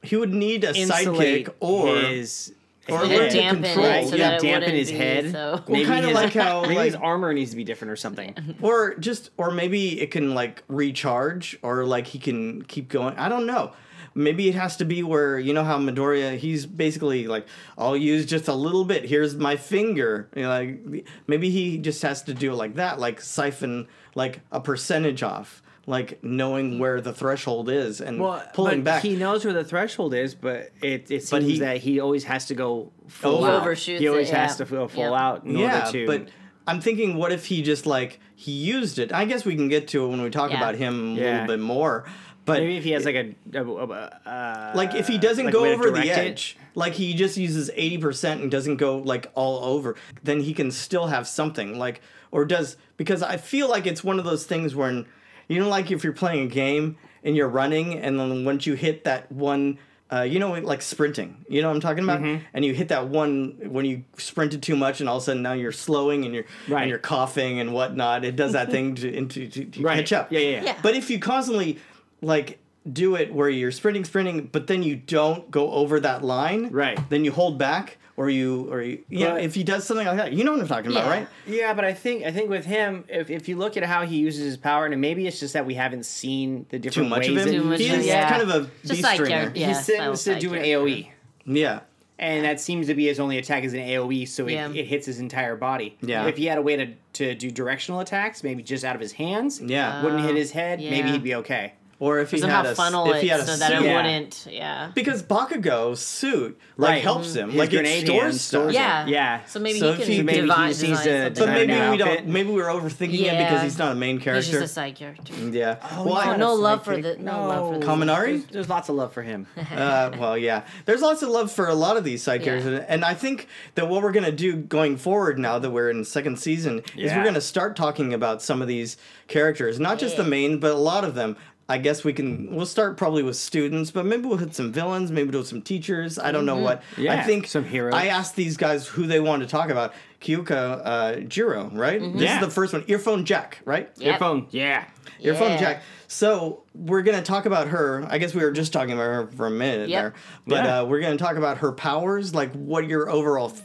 A: he would need a
B: insulate
A: sidekick or
B: his.
A: or learn
C: It would
A: to
C: dampen
A: control.
C: it so
A: yeah,
C: that it
B: dampen
C: wouldn't
B: his
C: be
B: head.
C: So.
A: Well,
B: Maybe
A: kinda
B: his-
A: like how,
B: <laughs> maybe his
A: like-
B: armor needs to be different or something.
A: or just or maybe it can like recharge or like he can keep going i don't know maybe it has to be where you know how midoriya he's basically like i'll use just a little bit here's my finger you know, like maybe he just has to do it like that like siphon like a percentage off like knowing where the threshold is and
B: Well,
A: pulling
B: but
A: back
B: He knows where the threshold is, but it, it seems
A: But he-
B: that he always has to go full
A: He
B: out.
C: overshoots
B: he always
C: it,
B: has
C: yeah.
B: to go full
C: Yeah.
B: out in
A: yeah
B: order to.
A: but i'm thinking what if he just like he used it i guess we can get to it when we talk
C: Yeah.
A: about him a
B: Yeah.
A: little bit more but
B: maybe if he has like a, a, a- a- uh,
A: like if he doesn't
B: like
A: go
B: way to
A: over the
B: direct it.
A: edge like he just uses 80% and doesn't go like all over then he can still have something like or does because i feel like it's one of those things when you know like if you're playing a game and you're running and then once you hit that one uh, you know like sprinting you know what i'm talking about
B: Mm-hmm.
A: and you hit that one when you sprinted too much and all of a sudden now you're slowing and you're
B: Right.
A: and you're coughing and whatnot it does
B: <laughs>
A: that thing to, into to, to
B: Right.
A: catch up
B: Yeah, yeah, yeah. Yeah.
A: but if you constantly like do it where you're sprinting, sprinting, but then you don't go over that line,
B: Right.
A: Then you hold back, or you, or you, yeah.
B: Right.
A: If he does something like that, you know what I'm talking about,
C: Yeah.
A: right?
B: Yeah, but I think I think with him, if, if you look at how he uses his power, and maybe it's just that we haven't seen the
A: Too
B: different
A: much
B: ways
A: of him.
B: that
C: Too much
A: he
C: of
A: is
C: him, yeah.
A: kind of a
C: Just
A: B
C: like
A: stringer.
C: character- yeah.
B: he sends
C: style
B: to do an
C: character.
B: AOE.
A: Yeah.
B: and that seems to be his only attack is an AOE, so it,
C: Yeah.
B: it hits his entire body.
A: Yeah.
B: If he had a way to, to do directional attacks, maybe just out of his hands,
A: Yeah.
B: wouldn't hit his head, maybe
C: Oh, yeah.
B: he'd be okay.
A: Or if he
C: somehow
A: had a,
C: funnel
A: if
C: it
A: he had a
C: so that it
A: suit.
B: Yeah.
C: wouldn't. Yeah.
A: because Bakugo's suit like
B: Right.
A: helps him,
B: His
A: like
B: grenade
A: it
B: hand
A: stores stuff.
B: stores it.
C: Mm-hmm. Yeah.
B: Yeah.
C: So maybe
A: So
C: he
A: if
C: can
A: he-
B: Maybe he
C: design,
B: just needs
C: design
B: to
A: But
C: something.
B: design
A: maybe
B: an
A: we
B: outfit.
A: don't. Maybe we're overthinking it because
C: Yeah.
A: he's not a main character.
C: He's just a side character.
A: yeah. well,
B: he's
A: I-
B: not a
C: no love for
B: sidekick.
C: the- no love for the-
A: Kaminari?
B: There's, there's lots of love for him.
A: <laughs> uh, well, yeah. There's lots of love for a lot of these side
C: Yeah.
A: characters, and I think that what we're gonna do going forward now that we're in second season is
B: Yeah.
A: we're gonna start talking about some of these characters, not just the
C: Yeah.
A: main, but a lot of them. I guess we can. We'll start probably with students, but maybe we'll hit some villains. Maybe do some teachers. I don't know what. I
B: Mm-hmm. Yeah,
A: think
B: some heroes.
A: I asked these guys who they wanted to talk about. Kyuka uh, Jiro, right? This
B: Mm-hmm. Yeah.
A: is the first one. Earphone Jack, right?
C: Yep.
B: Earphone, yeah.
A: Earphone
C: Yeah.
A: Jack. So we're gonna talk about her. I guess we were just talking about her for a minute
C: Yep.
A: there, but
B: Yeah.
A: uh, we're gonna talk about her powers. Like, what your overall? Th-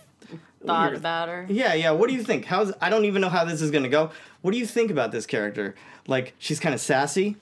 C: Thought about her.
A: yeah, yeah. What do you think? How's? I don't even know how this is gonna go. What do you think about this character? Like, she's kind of sassy.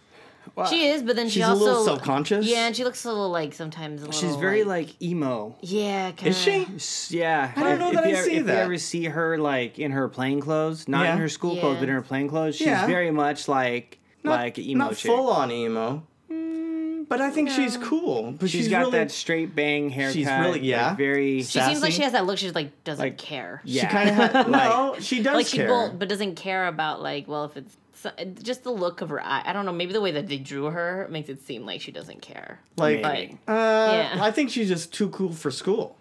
C: She is, but then she
A: She's a
C: also
A: little self-conscious.
C: Yeah, and she looks a little like sometimes. A little,
B: She's very like emo.
C: Yeah, kind
A: Is she?
B: S- Yeah,
A: don't
B: If-
A: know
B: if
A: that I
B: you ever,
A: see
B: if
A: that.
B: you ever see her like in her plain clothes, not
A: Yeah.
B: in her school clothes,
C: Yeah.
B: but in her plain clothes, she's
A: Yeah.
B: very much like
A: Not-
B: like an emo
A: Not
B: chick.
A: full on emo.
C: Mm,
A: But I think she's cool. But she's,
B: she's got
A: really,
B: that straight bang haircut.
A: She's really-
B: like,
A: yeah.
B: very.
C: She seems
A: sassy.
C: like she has that look. She just like doesn't
B: Like-
C: care.
A: She
B: yeah.
A: kind of
C: <laughs>
A: had,
B: Like-
A: no. She does
C: like she
A: care.
C: won't, but doesn't care about like well if it's so- just the look of her eye. I don't know. Maybe the way that they drew her makes it seem like she doesn't care.
A: like,
C: But
B: Maybe.
A: uh,
C: Yeah.
A: I think she's just too cool for school.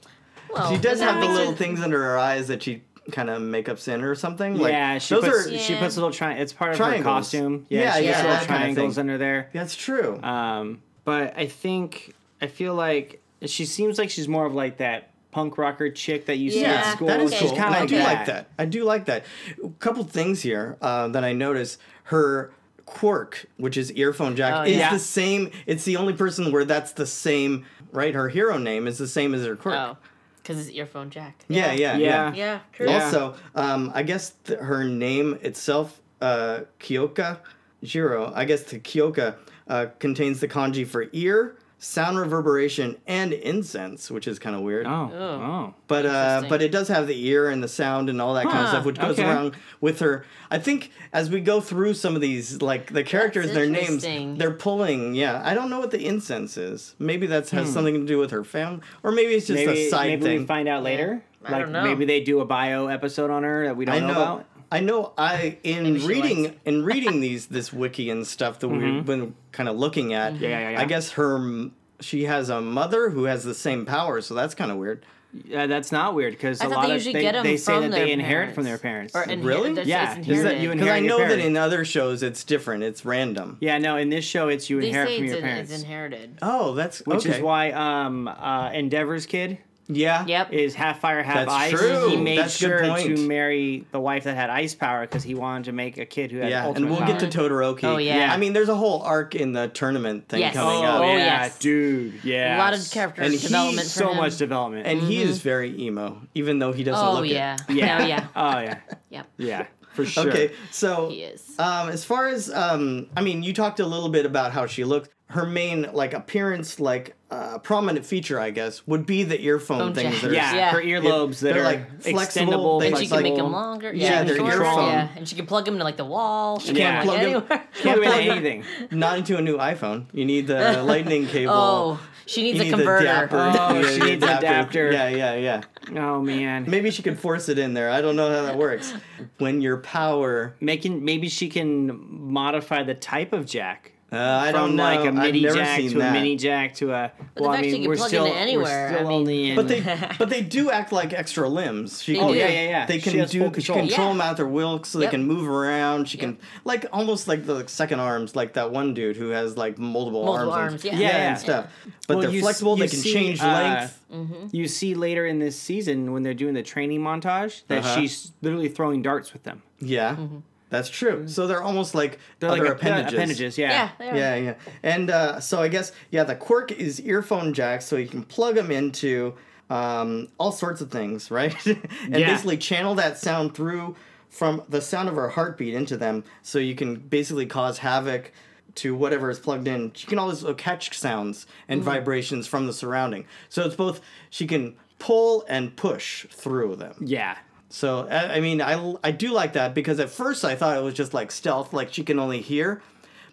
C: well,
A: She does
C: then that
A: have the
C: makes
A: little
C: her-
A: things under her eyes that she kind of makeups in or something. Like,
B: yeah, she
A: those
B: puts
A: are.
B: she
C: Yeah.
B: puts little tri- It's part of
A: Triangles.
B: her costume. Yeah,
A: Yeah,
B: she
C: yeah,
B: puts
C: that
B: little
C: kinda
B: triangles
A: thing.
B: under there.
A: That's true.
B: Um, but I think I feel like she seems like she's more of like that punk rocker chick that you see
C: Yeah,
B: at school.
A: that is
C: okay.
B: She's
A: cool.
B: kind
A: And
B: of
A: I do like that. I do like that. A couple things here uh, that I noticed. Her quirk, which is earphone jack,
C: Oh,
A: is
B: yeah.
A: the same. It's the only person where that's the same. Right, her hero name is the same as her quirk.
C: Oh, because it's earphone jack.
A: Yeah, yeah, yeah.
B: Yeah.
C: Yeah. True.
B: Yeah.
A: Also, um, I guess th- her name itself, uh, Kyoka Jiro, I guess the Kyoka uh, contains the kanji for ear, sound reverberation, and incense, which is kind of weird.
B: Oh,
C: Oh.
B: oh,
A: But uh,
C: Interesting.
A: but it does have the ear and the sound and all that kind of
C: Huh,
A: stuff, which goes
B: Ah, okay.
A: around with her. I think as we go through some of these, like the characters, and
C: That's
A: their names,
C: interesting.
A: they're pulling. Yeah, I don't know what the incense is. Maybe that has something to do with her family, or maybe it's just
B: Hmm. maybe
A: a side
B: maybe
A: thing.
B: we find out later.
C: I
B: like
C: don't know.
B: maybe they do a bio episode on her that we don't
A: I
B: know,
A: know.
B: about.
A: I know. I in
C: Maybe she
A: reading
C: likes-
B: <laughs>
A: in reading these this wiki and stuff that we've been kind of looking at.
B: Mm-hmm. Yeah, yeah, yeah.
A: I guess her m- she has a mother who has the same power, so that's kind of weird.
B: Yeah, that's not weird because a
C: thought
B: lot
C: they
B: of
C: usually
B: they,
C: get 'em
B: they say
C: from
B: that
C: their
B: they inherit from their
C: parents.
B: parents.
C: Or inhe-
A: Really?
C: that's-
B: Yeah,
C: it's
B: is that
C: inherited.
B: you
A: Because I
B: Inherited
A: know that
B: parent.
A: in other shows it's different. It's random.
B: yeah, no. In this show, it's you
C: They
B: inherit
C: say
B: from
C: it's,
B: your
C: in-
B: parents,
C: it's inherited.
A: Oh, that's
B: which
A: okay.
B: is why um, uh, Endeavor's kid
A: Yeah.
C: Yep.
B: is half fire, half
A: That's
B: ice.
A: true.
B: He made
A: That's a good
B: sure
A: point.
B: to marry the wife that had ice power because he wanted to make a kid who had
A: Yeah,
B: ultimate
A: and we'll
B: power.
A: get to Todoroki.
C: Oh, yeah. Yeah.
A: I mean, there's a whole arc in the tournament thing
C: Yes.
A: coming
B: Oh,
A: up.
B: yeah,
C: yes.
B: dude. Yeah,
C: A lot of character
A: And he-
C: development for
B: So
C: him.
B: much development.
A: And he is very emo, even though he doesn't
C: Mm-hmm. Oh
A: look
C: yeah.
A: it.
C: Yeah. No, yeah.
B: oh yeah.
C: Yep.
B: Yeah. For
A: <laughs>
B: sure.
A: Okay, so
C: He is.
A: Um, as far as um, I mean, you talked a little bit about how she looked. Her main like appearance, like uh, prominent feature, I guess, would be the earphone
C: Phone
A: things.
C: jack.
A: that are-
B: Yeah,
C: Yeah.
B: her earlobes that
A: They're,
B: are
A: like, flexible,
B: extendable.
A: they
C: And she can make
B: flexible.
C: them longer.
A: Yeah,
C: she
A: they're
C: can shorter,
A: earphone.
C: Yeah, and she can plug them to like the wall. She
B: Yeah.
C: can plug
A: Plug 'em-
C: them like,
B: <laughs> Can't
C: anywhere.
B: do anything.
A: Not into a new iPhone. You need
C: <laughs>
A: the lightning cable.
C: Oh, she needs
A: you
C: a
A: need
C: converter.
A: The adapter.
B: Oh,
A: You
B: she
A: the
B: needs an adapter.
A: Yeah, yeah, yeah.
B: Oh man.
A: Maybe she can force it in there. I don't know how that
C: <laughs>
A: works. When your power,
B: Making maybe she can modify the type of jack.
A: uh, I don't
B: From
A: know.
B: like a midi
A: I've never
B: jack
A: seen
B: to
A: that.
B: a mini jack to a.
C: the
B: well, I
C: fact she
B: mean,
C: can
B: we're
C: plug
B: still,
C: into anywhere,
B: We're still
C: I mean-
B: only in.
A: But they,
C: <laughs>
A: but they do act like extra limbs. She,
C: They
A: can-
C: do. Oh, yeah,
B: yeah, yeah.
A: They
B: She
A: can
B: has
A: do.
B: full
A: She
B: control.
A: can control
C: Yeah.
A: them out their will, so
C: Yep.
A: they can move around. She can
C: Yep.
A: like almost like the second arms, like that one dude who has like multiple,
C: Multiple
A: arms,
C: arms,
A: and,
C: yeah.
B: Yeah, yeah.
A: and stuff. But
B: Well,
A: they're
B: you s-
A: flexible.
B: you
A: They can
B: see,
A: change
B: uh,
A: length.
C: Mm-hmm.
B: You see later in this season when they're doing the training montage that
A: Uh-huh.
B: she's literally throwing darts with them.
A: Yeah,
C: Mm-hmm.
A: that's true. So they're almost like
B: They're
A: other
B: like a-
A: appendages.
B: appendages, yeah.
C: Yeah, they are.
A: Yeah, yeah. And uh, so I guess yeah, the quirk is earphone jack, so you can plug them into um, all sorts of things, right? <laughs> and
B: Yeah.
A: basically channel that sound through from the sound of her heartbeat into them, so you can basically cause havoc to whatever is plugged uh, in. She can also catch sounds and vibrations from the surrounding. So it's both she can pull and push through them.
B: Yeah.
A: So I, I mean, I I do like that because at first I thought it was just like stealth, like she can only hear.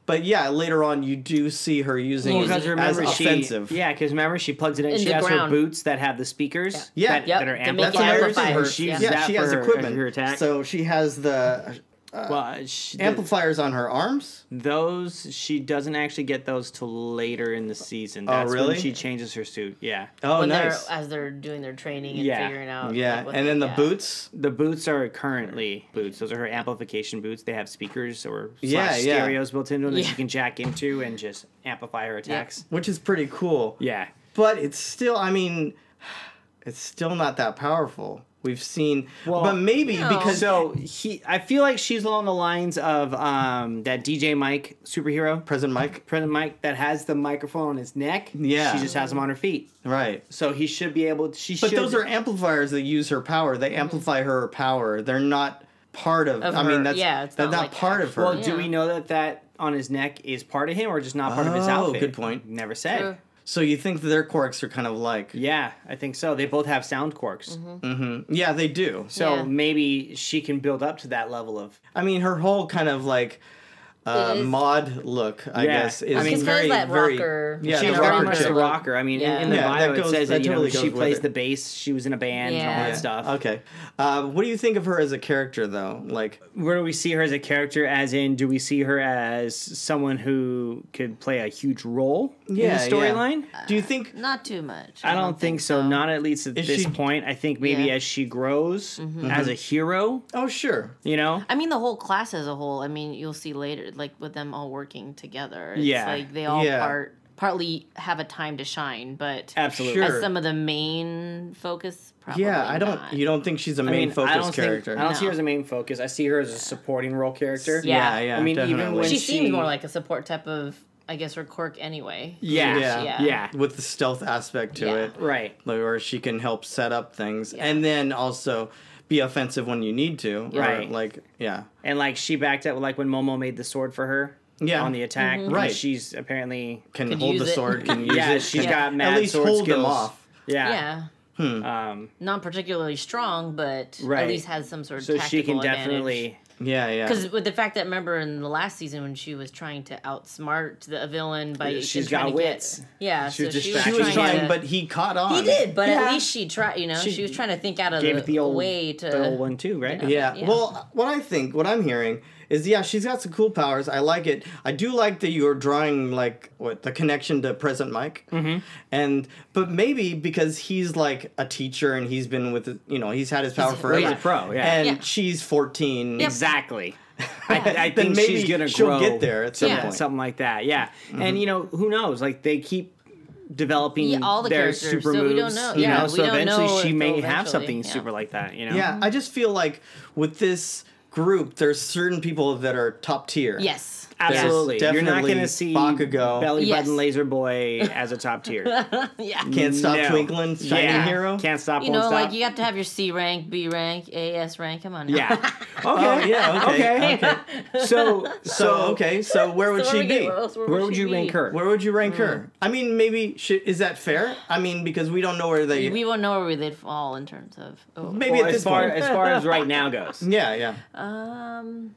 A: But yeah, later on you do see her using
B: Because
A: it as
B: remember she,
A: offensive.
B: yeah, because remember she plugs it in.
C: In
B: she
C: the
B: has
C: ground.
B: her boots that have the speakers.
A: Yeah.
B: that,
C: Yep,
B: that are
C: that make
B: amplifiers.
C: it
A: That's amazing.
C: amplifiers,
A: Her,
B: and she
A: yeah,
B: uses
A: yeah,
B: that
A: she
B: for
A: has
B: her,
A: equipment.
B: Her attack.
A: So she has the
B: well, she,
A: amplifiers on her arms.
B: uh, those she doesn't actually get those till later in the season. That's
A: really?
B: When she changes her suit. Yeah.
A: Oh,
C: when
A: nice.
C: they're as they're doing their training and
B: Yeah.
C: figuring out.
A: yeah,
C: like, what
A: and
C: they-
A: then the
C: yeah.
A: boots.
B: The boots are currently boots. Those are her amplification boots. They have speakers or slash
A: Yeah, yeah.
B: stereos built into them that
C: Yeah.
B: she can jack into and just amplify her attacks.
A: which is pretty cool.
B: Yeah.
A: But it's still, I mean, it's still not that powerful. We've seen,
B: Well,
A: but maybe
C: No.
A: because
B: So he, I feel like she's along the lines of um, that DJ Mike superhero,
A: President Mike,
B: President Mike, that has the microphone on his neck.
A: Yeah.
B: she just has him on her feet,
A: right?
B: so he should be able. To, she
A: But
B: should.
A: those are amplifiers that use her power. They amplify her power. They're not part of.
C: Mm-hmm. Of
A: I
C: her-
A: mean, that's
C: yeah, it's
A: they're
C: not
A: not
C: like
A: part of her.
B: Well, do
C: Yeah.
B: we know that that on his neck is part of him or just not part of his
A: Oh,
B: outfit?
A: good point.
B: Never said.
C: True.
A: so you think that their quirks are kind of like?
B: Yeah, I think so. They both have sound quirks.
A: Yeah, they do.
B: So
C: Mm-hmm. Yeah.
B: maybe she can build up to that level of.
A: I mean, her whole kind of like. Uh,
C: It is-
A: mod look, I
B: Yeah.
A: guess, is
B: I mean,
C: Because
A: very,
C: that
A: very,
C: rocker-
A: yeah,
B: she's
A: the
B: very
A: rocker
B: much
A: chick.
B: a rocker. I mean, in-
C: Yeah.
B: in, the
A: Yeah,
B: bio,
A: that
B: it
A: goes-
B: says
A: that
B: that, you know
A: totally goes
B: she
A: with
B: plays
A: it.
B: the bass. She was in a band and all
C: Yeah.
B: that
C: Yeah.
B: stuff.
A: Okay, uh, what do you think of her as a character, though? Like,
B: Where do we see her as a character? As in, do we see her as someone who could play a huge role
A: Yeah, yeah.
B: in the storyline?
A: do you think
C: Not too much.
B: I don't think so. Not at least at
A: Is
B: this
A: she- Mm-hmm.
B: point. I think maybe
C: Yeah.
B: as she grows as a hero,
A: Oh, sure.
B: you know.
C: I mean, the whole class as a whole. I mean, you'll see later, like with them all working together. It's
B: Yeah.
C: like they all
A: Yeah.
C: part partly have a time to shine, but
B: Absolutely.
C: as
A: Sure.
C: some of the main focus. Probably
A: Yeah, I don't.
C: not.
A: You don't think she's a
B: I
A: main
B: mean,
A: focus
B: I don't
A: character?
B: Think, I don't see
C: No.
B: her as a main focus. I see her as a supporting role character.
A: yeah,
C: Yeah.
A: yeah.
B: I mean, even
A: definitely.
B: when
C: she,
B: she-
C: seems more like a support type of, I guess, her quirk anyway.
B: Yeah.
A: Yeah.
B: Yeah.
C: Yeah.
A: with the stealth aspect to
C: Yeah.
A: it,
B: Right.
A: like, or she can help set up things,
C: Yeah.
A: and then also be offensive when you need to. or,
B: Right.
A: like, yeah,
B: And like she backed up like when Momo made the sword for her.
A: Yeah.
B: On the
C: Mm-hmm.
B: attack. and
A: Right.
B: She's apparently
A: can,
C: Can
A: hold
C: use
A: the
C: it.
A: sword, can use
B: Yeah,
A: it.
B: she's
A: can-
B: got mad
A: at least
B: sword
A: hold them
B: skills.
A: off.
B: Yeah.
C: Yeah.
B: Um
C: Not particularly strong, but
B: Right.
C: at least has some sort of
B: so she can
C: tactical advantage.
B: definitely
A: Yeah, yeah.
C: Because with the fact that remember in the last season when she was trying to outsmart the villain by
B: Yeah,
C: and
B: she's
C: trying
B: got
C: to
B: wits.
C: Get, yeah,
B: She was
C: so she was
A: she
B: distracting
C: trying,
A: was trying,
C: to,
A: but he caught on.
C: he did. But
B: Yeah.
C: at least she tried. You know,
B: She
C: she, was trying to think out of
B: gave
C: the,
B: it the old
C: way to.
B: the old one too, right?
A: Yeah.
C: Yeah.
A: Well, what I think, what I'm hearing is, yeah, she's got some cool powers. I like it. I do like that you're drawing like what the connection to present Mike, mm-hmm. and but maybe because he's like a teacher and he's been with you know he's had his power
C: He's-
A: forever.
C: yeah.
B: He's a pro, yeah.
A: And
C: Yeah.
A: she's 14.
B: Exactly.
C: <laughs>
B: I, I
A: Then
B: think
A: maybe
B: she's gonna
A: she'll
B: grow.
A: get there at some
C: Yeah.
A: point.
B: something like that. Yeah, and you know who knows? Like they keep developing
C: Mm-hmm. Yeah, all the
B: their
C: characters,
B: super
C: so
B: moves.
C: we don't know.
B: You
C: Yeah,
B: know,
C: we
B: so
C: don't
B: eventually
C: know
B: she
C: if
B: may
C: they'll
B: have something
C: eventually, yeah.
B: super like that. You know.
A: Yeah, I just feel like with this group, there's certain people that are top tier.
B: <laughs>
C: Yes.
B: Absolutely,
A: There's
B: you're not going
A: definitely
B: to see
A: Bakugo.
B: belly
C: Yes.
B: button laser
C: <laughs>
B: boy as a top tier.
C: Yeah.
A: Can't stop
B: No.
A: twinkling, shining
B: yeah.
A: hero.
B: Can't stop.
C: you
B: won't
C: know,
B: stop.
C: like you have to have your C rank, B rank, A S rank. Come on. now. <laughs>
B: yeah. Okay.
A: Oh, yeah, okay,
B: So, so
A: So okay, so where would
C: So
A: she
C: where
A: be?
C: we get- Mm. else-
B: where would
C: she
B: you
C: be?
B: rank her?
A: Where would you rank her? I mean, maybe sh is that fair? I mean, because we don't know where they.
C: We won't know where they'd fall in terms of. Oh,
A: maybe
B: Well,
A: at
B: as
A: this
B: far
A: point.
B: as far as
A: <laughs>
B: right now goes.
A: yeah, yeah.
C: Um,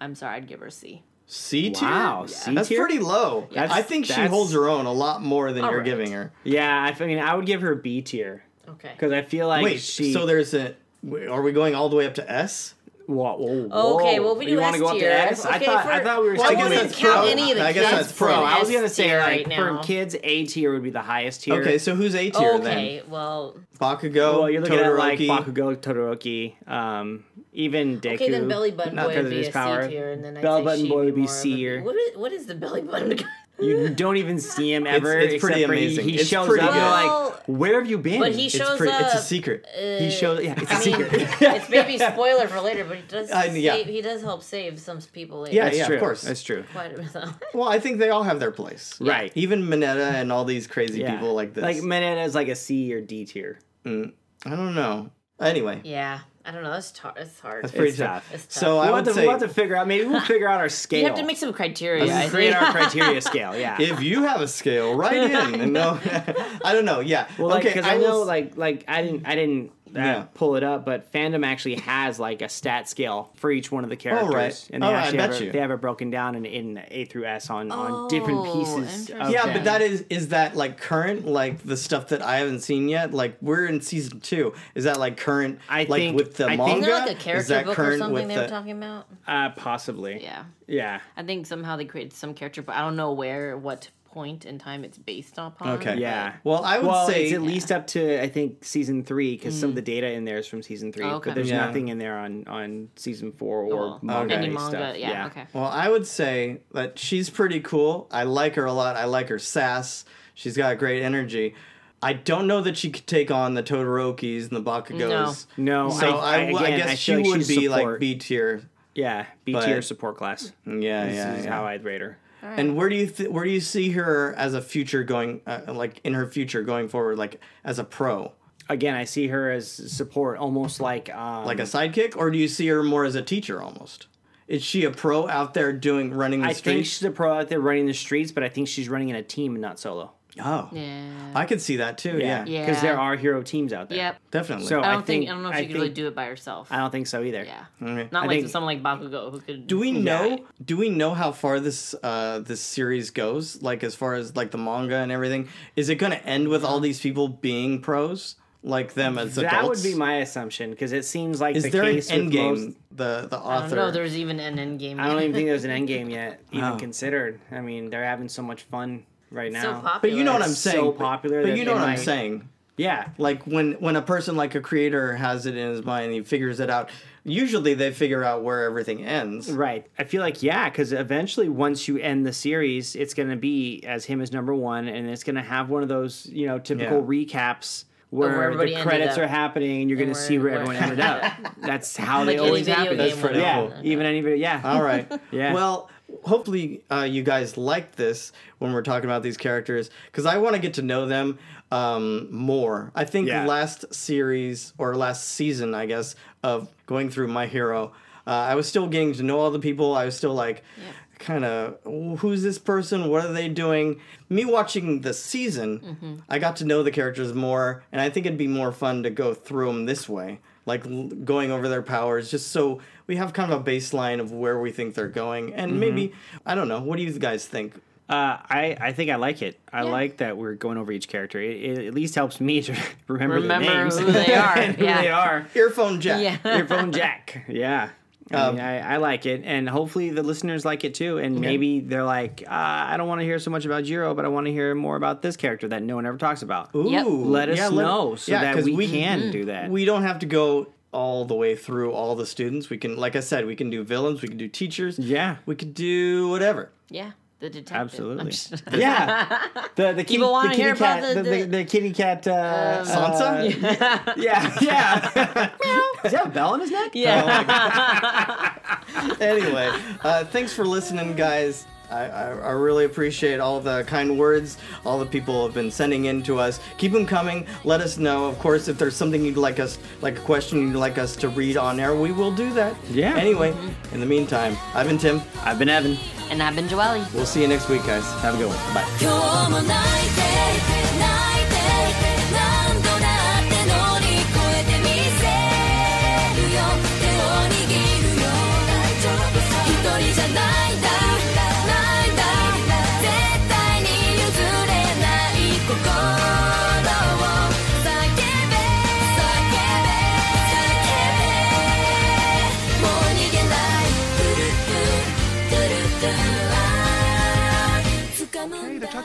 C: I'm sorry, I'd give her a C.
A: C tier.
B: Wow,
A: yeah,
B: C
A: that's
B: tier?
A: pretty low.
B: That's-
A: I think she
B: that's-
A: holds her own a lot more than you're
C: Alright.
A: giving her.
B: Yeah, I f- I mean, I would give her B tier
C: Okay.
B: because I feel like
A: Wait,
B: she.
A: so there's a. w- Are we going all the way up to S?
B: Whoa, whoa, whoa. Oh,
C: Okay, well, we
B: you
C: do
B: wanna
C: S
B: go up to
C: tier.
B: S? I
C: Okay,
B: thought
C: for-
B: I thought we were.
A: Well, I
B: still
A: guess
B: in-
A: that's pro.
C: count any of the
A: I guess
C: kids
A: that's
C: for
A: pro.
B: Bro,
C: an
B: Oh, I was
C: S
B: gonna say
C: tier
B: like
C: right now.
B: for kids, A tier would be the highest tier.
A: Okay, so who's A tier
C: Okay, well,
A: then? Bakugo,
B: well, you're looking
A: Todoroki.
B: at like Bakugo, Todoroki, um, even Deku.
C: okay, then belly button
B: not
C: boy
B: 'cause
C: would
B: of
C: be a
B: his
C: C
B: power.
C: tier, and then I'd
B: Belly
C: say
B: button
C: she'd
B: boy
C: be
B: would be
C: more of a
B: C
C: B.
B: tier.
C: What is, what is the belly button guy?
B: You don't even see him ever.
A: it's pretty
B: except for he-
A: amazing.
B: He,
A: It's
B: shows
A: pretty
B: up.
A: good.
B: you're
C: Well,
B: like, where have you been?
C: but he shows
A: it's, pretty, it's a
C: up,
A: secret.
B: <laughs> He shows. Yeah, it's a
C: I mean,
B: secret.
C: <laughs> it's
B: <laughs>
C: maybe spoiler for later, but he does
A: I- yeah.
C: save, he does help save some people later.
A: Yeah,
B: <laughs> That's
A: yeah, of
B: true.
A: course.
B: That's true.
C: Quite a bit.
A: Well, I think they all have their place.
B: Right.
A: Even Mineta and all these crazy
B: Yeah.
A: people like this.
B: Like Mineta is like a C or D tier.
A: I don't know. Anyway,
C: <laughs> yeah, I don't know. That's tar- That's hard.
A: It's pretty
B: It's
A: tough.
B: tough.
C: It's tough.
A: So I
B: We'll
A: would
B: have, to,
A: say
B: we'll have to figure out.
C: <laughs>
B: Maybe we'll figure out our scale.
C: you have to make some criteria.
B: Let's
C: I
B: create
C: think. <laughs>
B: our criteria scale. Yeah.
A: if you have a scale, write in.
B: <laughs>
A: And no, <laughs> I don't know. Yeah.
B: Well, like,
A: okay.
B: 'cause I
A: will
B: know,
A: s-
B: like, like I didn't, I didn't uh,
A: Yeah.
B: pull it up, but fandom actually has like a stat scale for each one of the characters,
A: right.
B: and they
A: Oh, I
B: actually
A: bet
B: have,
A: you.
B: it, they have it broken down in, in A through S on on different
C: Oh,
B: pieces. Of
C: interesting.
A: yeah,
B: them.
A: but that is is that like current, like the stuff that I haven't seen yet. Like we're in season two. Is that like current?
B: I
A: like
B: think-
A: with the
B: I think-
A: manga.
C: Isn't there like a
A: is
C: character
A: that
C: book or
A: current with
C: something they were
A: the-
C: talking about?
B: uh, possibly.
C: Yeah.
B: Yeah.
C: I think somehow they created some character, but I don't know where, what point in time it's based upon.
A: Okay.
B: Yeah.
A: Well, I would
B: Well,
A: say
B: it's at least up to I think season three because some of the data in there is from season three,
C: Hmm. Oh, okay.
B: but there's
A: Yeah.
B: nothing in there on on season four or
C: Cool.
B: manga
A: Okay.
C: Any
A: Any
C: manga?
B: stuff.
C: Yeah, Okay.
A: Well, I would say that she's pretty cool. I like her a lot. I like her sass. She's got great energy. I don't know that she could take on the Todorokis and the Bakugos.
B: No,
A: So I,
B: I,
A: w- I
B: again,
A: guess
B: I
A: she
B: feel like
A: would
B: she's
A: be like
B: support.
A: B tier.
B: Yeah, B
A: But-
B: tier support class.
A: Yeah,
B: This
A: yeah,
B: is
A: yeah.
B: how I'd rate her.
C: All right.
A: And where do you th- where do you see her as a future going uh, like in her future going forward like as a pro
B: Again, I see her as support, almost like um,
A: like a sidekick or do you see her more as a teacher almost? Is she a pro out there doing running the
B: I think
A: streets?
B: she's a pro out there running the streets, but I think she's running in a team and not solo.
A: oh,
C: yeah.
A: I could see that too. Yeah,
C: Yeah.
B: because there are hero teams out there.
C: yep.
A: definitely. So
B: So
C: I
B: I
C: don't think,
B: think-
C: I don't know if
B: I
C: she could really
B: think-
C: do it by herself.
B: I don't think so either.
C: yeah.
A: Okay.
C: Not
B: I
C: like
B: think-
C: someone like Bakugo who could.
A: do we know?
B: Right.
A: Do we know how far this uh this series goes? Like as far as like the manga and everything, is it going to end with all these people being pros like them as
B: That
A: adults?
B: would be my assumption because it seems like
A: Is
B: the
A: there an
B: case
A: end
B: with
A: game?
B: most-
A: The the
C: I don't
A: author.
C: know. There's even an end game.
B: I don't even
C: <laughs>
B: think there's an end
A: <laughs>
B: game yet, even
A: Oh.
B: considered. I mean, they're having so much fun right now.
C: so popular.
A: but you know what I'm
B: It's so
A: saying. but-
B: popular
A: But,
B: that
A: you know
B: it
A: what I'm
B: might-
A: saying.
B: Yeah,
A: Like when when a person like a creator has it in his mind, he figures it out. Usually they figure out where everything ends.
B: right. I feel like yeah, because eventually, once you end the series, it's going to be as him as number one, and it's going to have one of those you know typical
A: Yeah.
B: recaps where
C: everybody
B: the
C: ended
B: credits
C: up.
B: are happening, and you're going to
C: where-
B: see where
C: where-
B: everyone ended up.
C: <laughs>
B: That's how
C: Like
B: they
C: any
B: always
C: video
B: happen.
A: That's
C: game
A: pretty
C: would
B: yeah,
C: have
A: cool.
C: that.
B: even anybody. Yeah.
A: All right.
B: <laughs> Yeah.
A: Well, hopefully uh, you guys like this when we're talking about these characters because I want to get to know them um, more. I think
B: Yeah.
A: last series or last season, I guess, of going through My Hero, uh, I was still getting to know all the people. I was still like, kind of, who's this person? What are they doing? Me watching the season, I got to know the characters more, and I think it'd be more fun to go through them this way like l- going over their powers just so we have kind of a baseline of where we think they're going and maybe i don't know what do you guys think
B: Uh, I, I think I like it. I
C: Yeah.
B: like that we're going over each character. It, it at least helps me to <laughs> remember,
C: Remember
B: the names.
C: who they
B: <laughs>
C: are.
B: and who
C: Yeah.
B: they are.
A: earphone jack
C: Yeah. <laughs>
A: <laughs>
B: Earphone Jack. Yeah. I, mean,
A: Um,
B: I, I like it, and hopefully the listeners like it too. And maybe they're like, uh, I don't want to hear so much about Jiro, but I want to hear more about this character that no one ever talks about.
A: Ooh,
C: Yep.
B: Let us
A: yeah,
B: know so
A: yeah,
B: that
A: 'cause mm-hmm.
B: we, can do that.
A: we don't have to go all the way through all the students we can like i said we can do villains we can do teachers
B: yeah,
A: we could do whatever
C: Yeah. The detective. I'm
B: absolutely.
C: just- <laughs>
B: yeah, the the kitty,
C: wanna
B: the kitty
C: hear about
B: cat,
C: the- Um.
B: the, the,
C: the-
B: the kitty cat. Uh,
A: sansa
B: uh, <laughs> yeah,
C: <laughs>
B: yeah. Is that a bell in his neck?
C: Yeah.
A: <laughs> anyway, uh, thanks for listening, guys. I, I, I really appreciate all the kind words all the people have been sending in to us. Keep them coming. Let us know. Of course, if there's something you'd like us, like a question you'd like us to read on air, we will do that.
B: Yeah.
A: Anyway, in the meantime, I've been Tim.
B: I've been Evan.
C: And I've been Joelle.
A: We'll see you next week, guys.
B: Have a good one. Bye.
D: 今日も泣いて泣いて泣いて何度だって乗り越えてみせるよ手を握るよ一人じゃないんだないんだ絶対に譲れない心を叫べ叫べ叫べもう逃げないトゥルトゥトゥルトゥは掴むん
E: Okay,
D: だ
E: they're